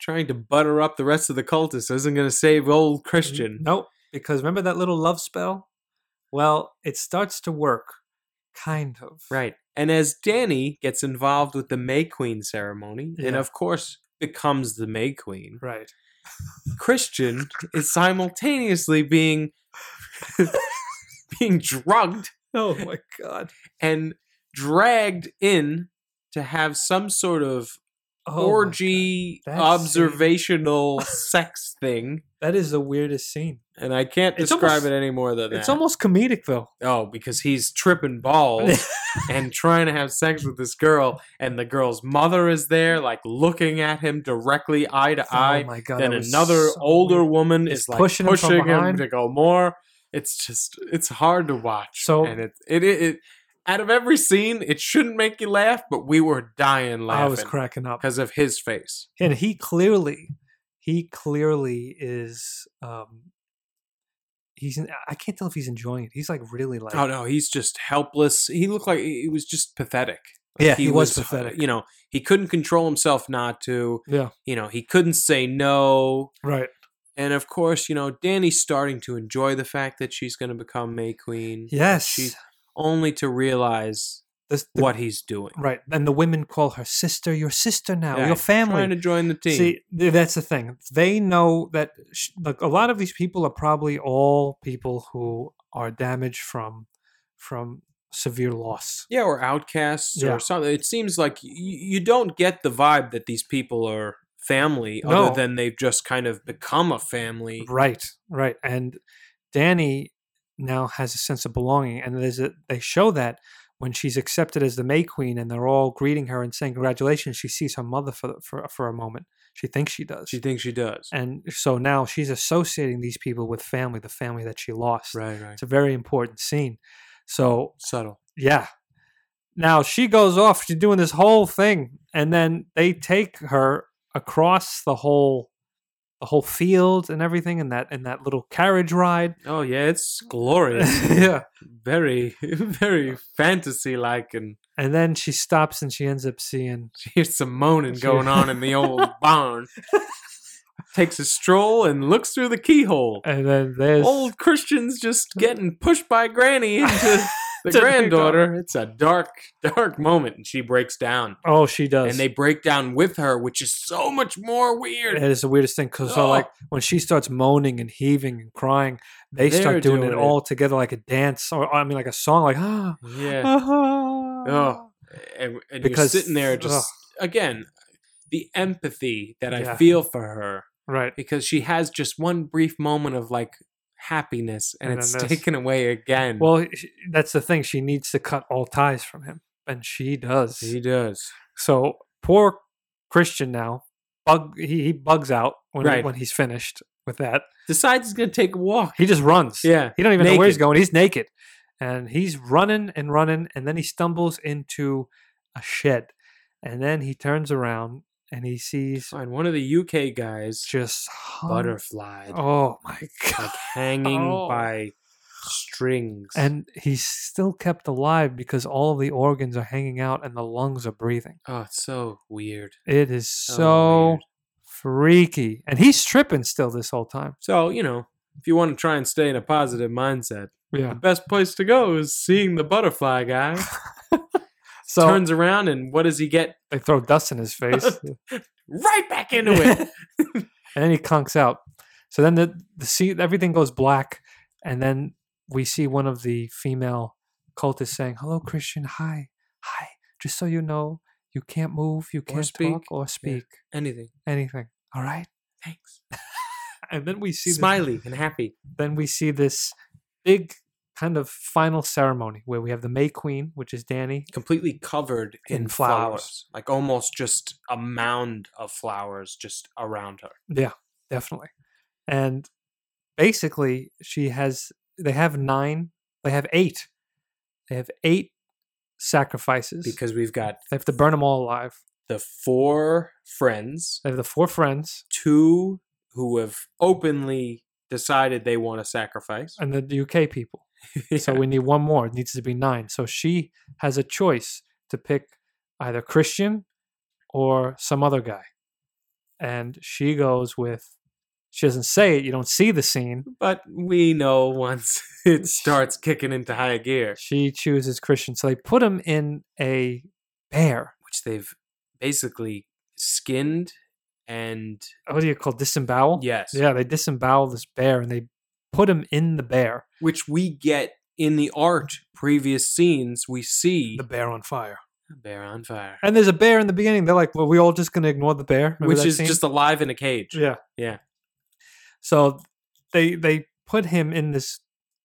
S2: trying to butter up the rest of the cultists isn't going to save old Christian.
S1: Nope, because remember that little love spell. Well, it starts to work, kind of.
S2: Right. And as Danny gets involved with the May Queen ceremony, and
S1: Yeah.
S2: of course becomes the May Queen,
S1: Right.
S2: Christian is simultaneously being being drugged
S1: Oh my God.
S2: and dragged in to have some sort of
S1: Oh my
S2: orgy
S1: God. That
S2: observational sex thing.
S1: God. That is the weirdest scene.
S2: And I can't
S1: It's
S2: describe
S1: almost-
S2: it any more than that.
S1: It's almost comedic though.
S2: oh, because he's tripping balls and trying to have sex with this girl, and the girl's mother is there, like looking at him directly eye to eye.
S1: Oh my god!
S2: then
S1: that was
S2: another
S1: so
S2: older
S1: weird.
S2: woman
S1: Just
S2: is like
S1: pushing
S2: pushing,
S1: him from
S2: him,
S1: behind.
S2: to go more. It's just it's hard to watch.
S1: So-
S2: and it it, it it out of every scene, it shouldn't make you laugh, but we were dying
S1: I was
S2: laughing
S1: cracking up,
S2: because of his face.
S1: and he clearly, he clearly is. um he's I can't tell if he's enjoying it. He's like really like
S2: oh no, he's just helpless. He looked like he was just pathetic. Like, uh,
S1: Yeah, he was pathetic.
S2: You know, he couldn't control himself not to.
S1: yeah
S2: You know, he couldn't say no.
S1: right
S2: And of course, you know, Danny's starting to enjoy the fact that she's going to become May Queen.
S1: yes
S2: She only to realize
S1: This- the-
S2: what he's doing.
S1: right and the women call her sister your sister now
S2: Yeah,
S1: your
S2: Trying
S1: family
S2: to join the team.
S1: see th- that's the thing they know that sh- like a lot of these people are probably all people who are damaged from from severe loss
S2: yeah, or outcasts
S1: Yeah.
S2: or something. It seems like y- you don't get the vibe that these people are family
S1: No.
S2: other than they've just kind of become a family.
S1: Right, right. And Danny now has a sense of belonging, and there's a, they show that when she's accepted as the May Queen, and they're all greeting her and saying congratulations. She sees her mother for for for a moment. She thinks she does,
S2: She thinks she does.
S1: and so now she's associating these people with family, the family that she lost.
S2: Right, right.
S1: It's a very important scene. So
S2: Subtle.
S1: yeah. Now she goes off. She's doing this whole thing, and then they take her across the whole, the whole field and everything, and that and that little carriage ride.
S2: Oh yeah, it's glorious.
S1: yeah.
S2: very, very fantasy like and
S1: And then she stops, and she ends up seeing.
S2: here's some moaning going on in the old barn. Takes a stroll and looks through the keyhole.
S1: And then there's
S2: Old Christian's just getting pushed by Granny into the
S1: To the
S2: granddaughter. It's a dark, dark moment, and she breaks down.
S1: oh, she does.
S2: And they break down with her, which is so much more
S1: It
S2: weird.
S1: is the weirdest thing because
S2: Oh.
S1: like when she starts moaning and heaving and crying, they
S2: They're
S1: start doing,
S2: doing
S1: it
S2: it.
S1: all together like a dance, or I mean, like a song, like ah,
S2: Yeah,
S1: ah,
S2: Oh. and, and
S1: Because-
S2: you're sitting there, just
S1: ugh.
S2: again, the empathy that I
S1: Yeah.
S2: feel for her
S1: right.
S2: because she has just one brief moment of like happiness, and,
S1: And
S2: it's
S1: then this.
S2: taken away again.
S1: Well, sh- that's the thing. She needs to cut all ties from him, and she does.
S2: he does.
S1: so poor Christian now, bug he, he bugs out when
S2: Right.
S1: when he's finished with that.
S2: Decides he's gonna take a walk.
S1: He just runs.
S2: Yeah,
S1: he don't even know where he's
S2: naked.
S1: going. He's naked, and he's running and running, and then he stumbles into a shed, and then he turns around and he sees
S2: and one of the UK guys
S1: just hung-
S2: butterflied,
S1: Oh my god!
S2: like hanging
S1: Oh.
S2: by strings.
S1: And he's still kept alive because all of the organs are hanging out and the lungs are breathing.
S2: oh, it's so weird.
S1: It is
S2: So
S1: so
S2: weird.
S1: freaky. And he's tripping still this whole time.
S2: So you know, if you want to try and stay in a positive mindset,
S1: Yeah.
S2: the best place to go is seeing the butterfly guy.
S1: So
S2: Turns around and what does he get?
S1: they throw dust in his face.
S2: Right back into it.
S1: and then he conks out. So then the the sea everything goes black, and then we see one of the female cultists saying, "Hello, Christian. Hi, hi. Just so you know, you can't move, you can't talk
S2: speak.
S1: or speak
S2: Anything.
S1: anything. All right."
S2: Thanks.
S1: And then we see this-
S2: Smiley and happy.
S1: then we see this big kind of final ceremony where we have the May Queen, which is Danny.
S2: Completely covered in,
S1: In
S2: flowers.
S1: flowers.
S2: Like almost just a mound of flowers just around her.
S1: Yeah, definitely. And basically, she has. They have nine. They have eight. They have eight sacrifices.
S2: Because we've got
S1: they have to burn them all alive.
S2: the four friends,
S1: They have the four friends,
S2: two who have openly decided they want to sacrifice.
S1: and the UK people. So we need one more. It needs to be nine. So she has a choice to pick either Christian or some other guy. And she goes with she doesn't say it, you don't see the scene.
S2: but we know once it starts kicking into high gear,
S1: She chooses Christian. So they put him in a bear.
S2: which they've basically skinned and
S1: What do you call disembowel?
S2: yes,
S1: Oh, Yeah, they disembowel this bear and they put him in the bear.
S2: which we get in the art previous scenes. We see
S1: Mm. The bear on fire.
S2: a bear on fire,
S1: And there's a bear in the beginning. They're like, well, we all just gonna ignore the bear. Remember
S2: which
S1: that
S2: is
S1: scene?
S2: just alive in a cage.
S1: Yeah.
S2: Yeah.
S1: So they they put him in this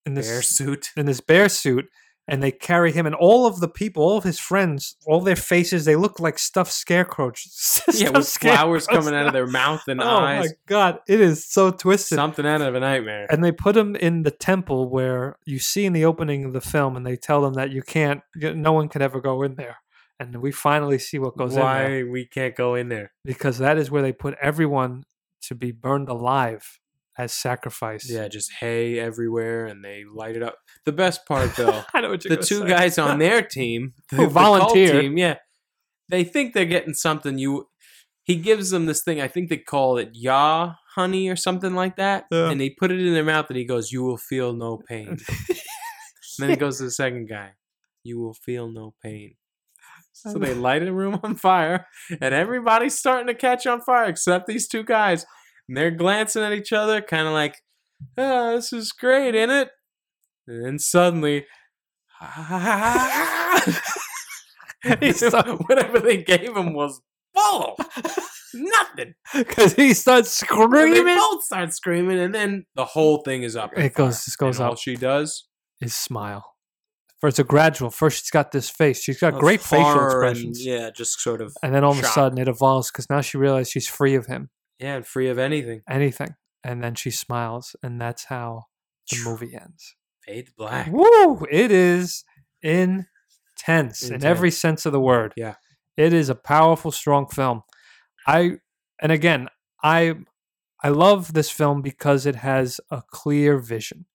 S1: in this
S2: Bear suit.
S1: in this bear suit and they carry him and all of the people, all of his friends, all their faces, they look like stuffed scarecrows.
S2: Yeah,
S1: Stuffed
S2: with flowers
S1: scarecrows.
S2: coming out of their mouth and
S1: Oh my
S2: eyes.
S1: god, it is so twisted.
S2: Something out of a nightmare.
S1: and they put him in the temple where you see in the opening of the film, and they tell them that you can't, you- no one can ever go in there. And we finally see what goes in there
S2: Why we can't go in there?
S1: because that is where they put everyone to be burned alive as sacrifice.
S2: Yeah, just hay everywhere, and they light it up. The best part, though,
S1: I know what you're
S2: the
S1: gonna
S2: two
S1: say.
S2: guys on their team, the,
S1: Who
S2: the cult
S1: Oh, volunteer.
S2: team, yeah, they think they're getting something. You, he gives them this thing. I think they call it Yah honey or something like that,
S1: Yeah.
S2: and they put it in their mouth, and he goes, "You will feel no pain." and then it goes to the second guy, "You will feel no pain." So they light a room on fire, and everybody's starting to catch on fire except these two guys. And they're glancing at each other, kind of like, oh, this is great, isn't it? And then suddenly,
S1: He's so-
S2: whatever they gave him was bull. Nothing.
S1: Because he starts
S2: And They
S1: screaming.
S2: both start screaming, and then the whole thing is up. in
S1: It
S2: fire.
S1: goes, just goes
S2: and all
S1: up.
S2: she does
S1: His smile. For it's a gradual. First, she's got this face. She's got
S2: of
S1: great facial
S2: horror and,
S1: expressions. And,
S2: yeah, just sort of
S1: then all of a
S2: shock.
S1: sudden, it evolves because now she realizes she's free of him,
S2: yeah, and free of anything.
S1: anything. And then she smiles, and that's how the movie ends.
S2: Fade to black.
S1: Woo! It is intense, in every sense of the word.
S2: Yeah.
S1: It is a powerful, strong film. I and again, I I love this film because it has a clear vision.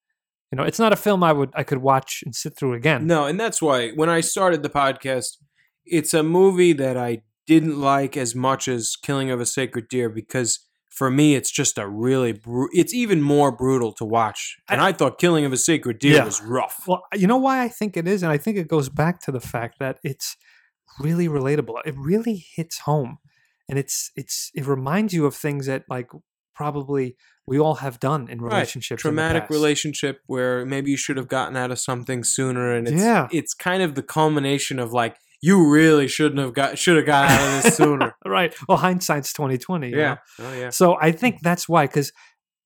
S1: You know, it's not a film I would I could watch and sit through again.
S2: No, and that's why when I started the podcast, it's a movie that I didn't like as much as Killing of a Sacred Deer because for me it's just a really bru- it's even more brutal to watch. And I, thought Killing of a Sacred Deer
S1: Yeah.
S2: was rough.
S1: Well, you know why I think it is, and I think it goes back to the fact that it's really relatable. It really hits home, and it's it's it reminds you of things that like probably we all have done in
S2: Right.
S1: relationships. in the
S2: Traumatic
S1: past.
S2: relationship where maybe you should have gotten out of something sooner and it's
S1: Yeah.
S2: it's kind of the culmination of like you really shouldn't have got should have got out of this sooner.
S1: right. Well, hindsight's twenty twenty.
S2: yeah. Oh yeah.
S1: So I think that's why, because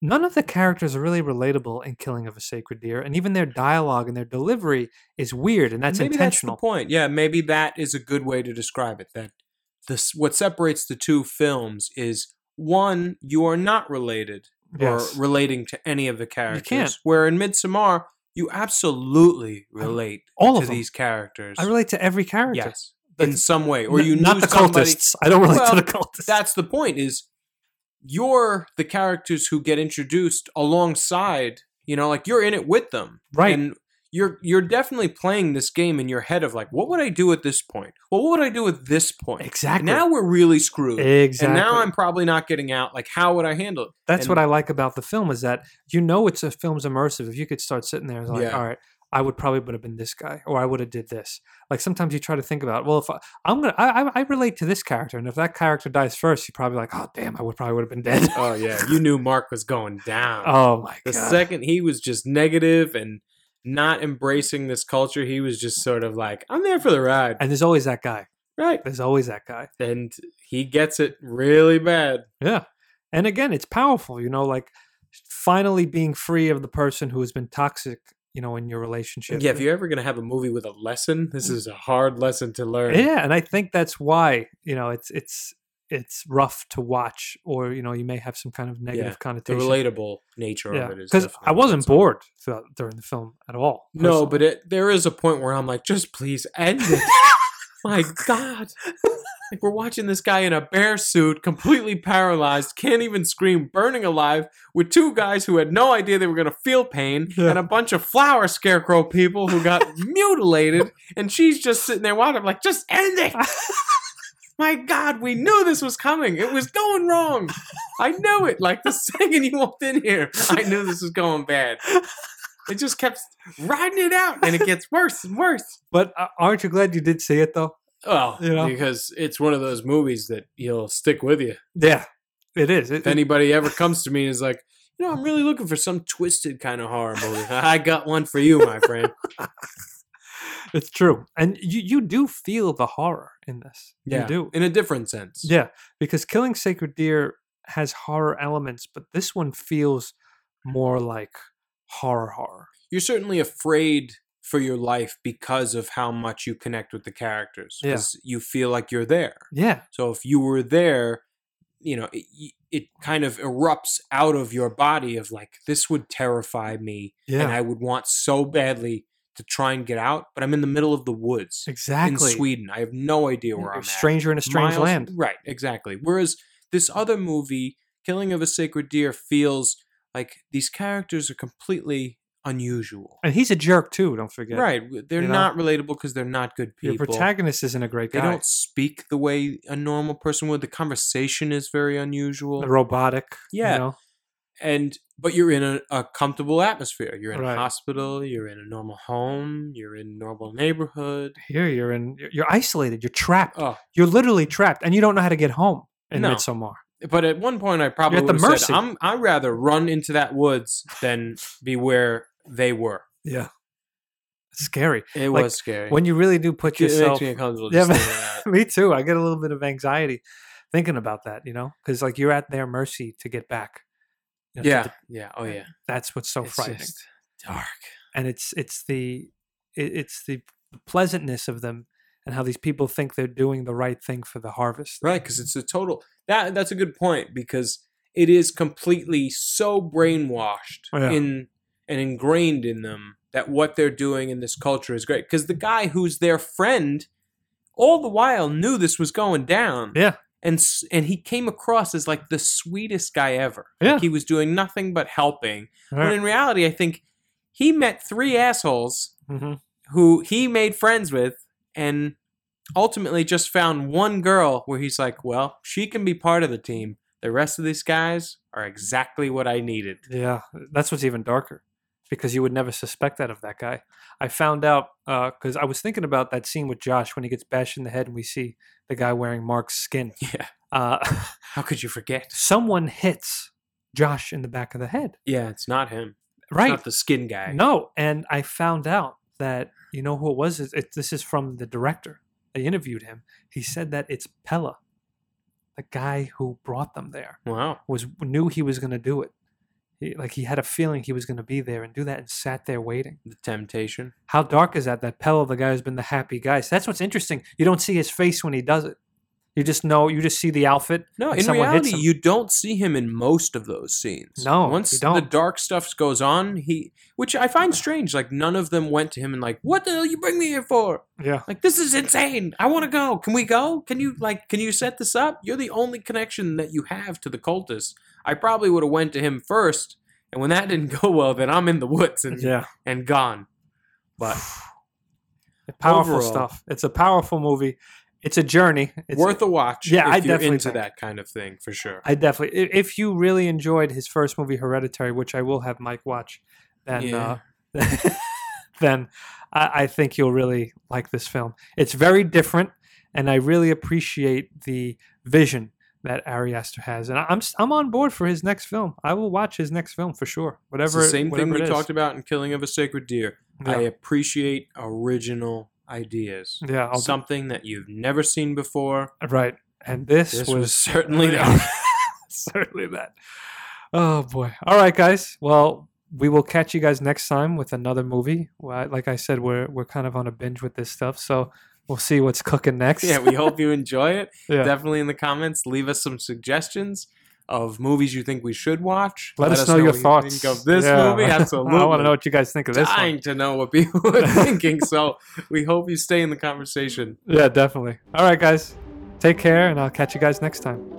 S1: none of the characters are really relatable in Killing of a Sacred Deer, and even their dialogue and their delivery is weird, and that's
S2: maybe
S1: intentional.
S2: That's the point. Yeah, maybe that is a good way to describe it. That this what separates the two films is one, you are not related
S1: Yes.
S2: or relating to any of the
S1: can't.
S2: characters. Where in Midsommar, you absolutely relate
S1: all
S2: to
S1: of them.
S2: these characters.
S1: I relate to every character.
S2: yes. In some way, or
S1: N-
S2: you knew
S1: not the
S2: somebody,
S1: cultists. I don't relate to
S2: Well,
S1: the cultists.
S2: That's the point. Is you're the characters who get introduced alongside. You know, like you're in it with them.
S1: right.
S2: And you're you're definitely playing this game in your head of like, what would I do at this point? Well, what would I do at this point?
S1: exactly.
S2: Now we're really screwed.
S1: exactly.
S2: And now I'm probably not getting out. Like, how would I handle it?
S1: That's
S2: and-
S1: what I like about the film is that you know it's a film's immersive. If you could start sitting there, and like,
S2: Yeah.
S1: all right, I would probably would have been this guy, or I would have did this. Like sometimes you try to think about, well, if I, I'm gonna, I, I, I relate to this character, and if that character dies first, you're probably like, oh damn, I would probably would have been dead.
S2: Oh yeah, you knew Mark was going down.
S1: oh my
S2: the
S1: god.
S2: second he was just negative and not embracing this culture, he was just sort of like, I'm there for the ride,
S1: and there's always that guy.
S2: right?
S1: There's always that guy.
S2: And he gets it really bad.
S1: Yeah. And again, it's powerful, you know, like finally being free of the person who has been toxic, you know, in your relationship.
S2: Yeah, if you're ever gonna have a movie with a lesson, this is a hard lesson to learn.
S1: Yeah, and I think that's why you know it's it's it's rough to watch, or you know you may have some kind of negative
S2: Yeah, the
S1: connotation.
S2: relatable nature
S1: yeah,
S2: of it is
S1: because
S2: definitely
S1: I wasn't
S2: what's up.
S1: bored throughout, during the film at all.
S2: No,
S1: personally.
S2: but it, there is a point where I'm like, just please end it. My God. Like, we're watching this guy in a bear suit, completely paralyzed, can't even scream, burning alive, with two guys who had no idea they were going to feel pain,
S1: Yeah.
S2: and a bunch of flower scarecrow people who got mutilated, and she's just sitting there watching. I'm like, just end it. My God, we knew this was coming. It was going wrong. I knew it. Like the second you walked in here, I knew this was going bad. It just kept riding it out, and it gets worse and worse.
S1: but uh, aren't you glad you did see it though?
S2: Well,
S1: You know?
S2: because it's one of those movies that you'll stick with you.
S1: Yeah, it is. It,
S2: If anybody ever comes to me and is like, you know, I'm really looking for some twisted kind of horror movie, I got one for you, my friend.
S1: it's true, and you you do feel the horror in this.
S2: Yeah,
S1: You do.
S2: in a different sense.
S1: Yeah, because Killing Sacred Deer has horror elements, but this one feels more like horror horror.
S2: you're certainly afraid for your life because of how much you connect with the characters.
S1: Yeah.
S2: 'cause you feel like you're there.
S1: Yeah,
S2: So if you were there, you know, it, y- it kind of erupts out of your body of like, this would terrify me.
S1: yeah,
S2: And I would want so badly to try and get out, but I'm in the middle of the woods
S1: exactly.
S2: in Sweden. I have no idea where
S1: You're
S2: I'm
S1: a
S2: at.
S1: stranger in a strange
S2: Miles-
S1: land.
S2: Right, exactly. Whereas this other movie, Killing of a Sacred Deer, feels Like these characters are completely unusual.
S1: And he's a jerk too. Don't forget.
S2: Right. They're
S1: You know?
S2: not relatable because they're not good
S1: Your
S2: people.
S1: protagonist isn't a great
S2: they
S1: guy.
S2: don't speak the way a normal person would. The conversation is very unusual.
S1: The robotic.
S2: Yeah.
S1: You know?
S2: and but you're in a, a comfortable atmosphere. You're in
S1: Right.
S2: a hospital, you're in a normal home, you're in a normal neighborhood.
S1: Here you're in. You're, you're isolated. You're trapped.
S2: Oh,
S1: You're literally trapped, and you don't know how to get home in
S2: No.
S1: Midsommar.
S2: Oh, but at one point I probably
S1: You're at the
S2: would have
S1: mercy.
S2: said, I'm I'd rather run into that woods than be where they were.
S1: Yeah. It's scary
S2: It
S1: Like,
S2: was scary.
S1: when you really do put
S2: it makes
S1: yourself.
S2: me uncomfortable
S1: Yeah,
S2: just
S1: but-
S2: thinking about it.
S1: me too. I get a little bit of anxiety thinking about that. You know, because like you're at their mercy to get back. You know, to
S2: Yeah.
S1: the-
S2: Yeah. Oh yeah.
S1: that's what's so
S2: It's
S1: frightening.
S2: just dark.
S1: and it's it's the it, it's the pleasantness of them and how these people think they're doing the right thing for the harvest.
S2: Right, because it's a total that that's a good point because it is completely so brainwashed
S1: Oh, Yeah.
S2: in and ingrained in them that what they're doing in this culture is great. Because the guy who's their friend all the while knew this was going down.
S1: Yeah.
S2: And, s- and he came across as like the sweetest guy ever. Like,
S1: Yeah.
S2: he was doing nothing but helping. But
S1: Right.
S2: in reality, I think he met three assholes
S1: Mhm.
S2: who he made friends with and ultimately just found one girl where he's like, well, she can be part of the team. The rest of these guys are exactly what I needed.
S1: Yeah, that's what's even darker because you would never suspect that of that guy. I found out because I was thinking about that scene with Josh when he gets bashed in the head and we see the guy wearing Mark's skin.
S2: Yeah.
S1: Uh,
S2: How could you forget?
S1: someone hits Josh in the back of the head.
S2: Yeah, it's not him. It's
S1: Right.
S2: not the skin guy.
S1: No, and I found out that you know who it was. It, it, this is from the director. They interviewed him. He said that it's Pella, the guy who brought them there,
S2: Wow.
S1: was knew he was going to do it. He, like he had a feeling he was going to be there and do that, and sat there waiting.
S2: The temptation.
S1: How dark is that? That Pella, the guy who's been the happy guy. So that's what's interesting. You don't see his face when he does it. You just know. You just see the outfit.
S2: No,
S1: and
S2: in
S1: someone hits
S2: reality,
S1: him.
S2: you don't see him in most of those scenes.
S1: No,
S2: once
S1: you don't.
S2: the dark stuff goes on, he, which I find strange, like none of them went to him and like, "What the hell you bring me here for?"
S1: Yeah.
S2: Like this is insane. I want to go. Can we go? Can you like can you set this up? You're the only connection that you have to the cultists. I probably would have went to him first, and when that didn't go well, then I'm in the woods and
S1: Yeah.
S2: and gone. But
S1: Powerful
S2: Overall-
S1: stuff. It's a powerful movie. It's a journey. It's
S2: worth a watch.
S1: Yeah,
S2: if
S1: I
S2: you're
S1: definitely
S2: into
S1: think-
S2: that kind of thing for sure.
S1: I definitely. i- If you really enjoyed his first movie, Hereditary, which I will have Mike watch, then
S2: Yeah.
S1: uh, then I, I think you'll really like this film. It's very different, and I really appreciate the vision that Ari Aster has, and I- I'm s- I'm on board for his next film. I will watch his next film for sure.
S2: It's
S1: Whatever.
S2: the same thing
S1: whatever
S2: we
S1: it is.
S2: talked about in Killing of a Sacred Deer. I
S1: Yeah,
S2: appreciate original ideas.
S1: yeah I'll-
S2: Something that you've never seen before.
S1: right. And this,
S2: This was,
S1: was
S2: certainly that.
S1: certainly that. Oh boy! All right, guys. Well, we will catch you guys next time with another movie. Well, Like I said, we're we're kind of on a binge with this stuff, so we'll see what's cooking next.
S2: yeah, we hope you enjoy it.
S1: Yeah.
S2: definitely in the comments. Leave us some suggestions of movies you think we should watch.
S1: Let, us, know your
S2: what you
S1: thoughts.
S2: Think of this
S1: Yeah.
S2: movie, absolutely.
S1: I want to know what you guys think of this
S2: Dying
S1: one.
S2: to know what people are thinking. so we hope you stay in the conversation.
S1: Yeah, definitely. All right, guys. Take care, and I'll catch you guys next time.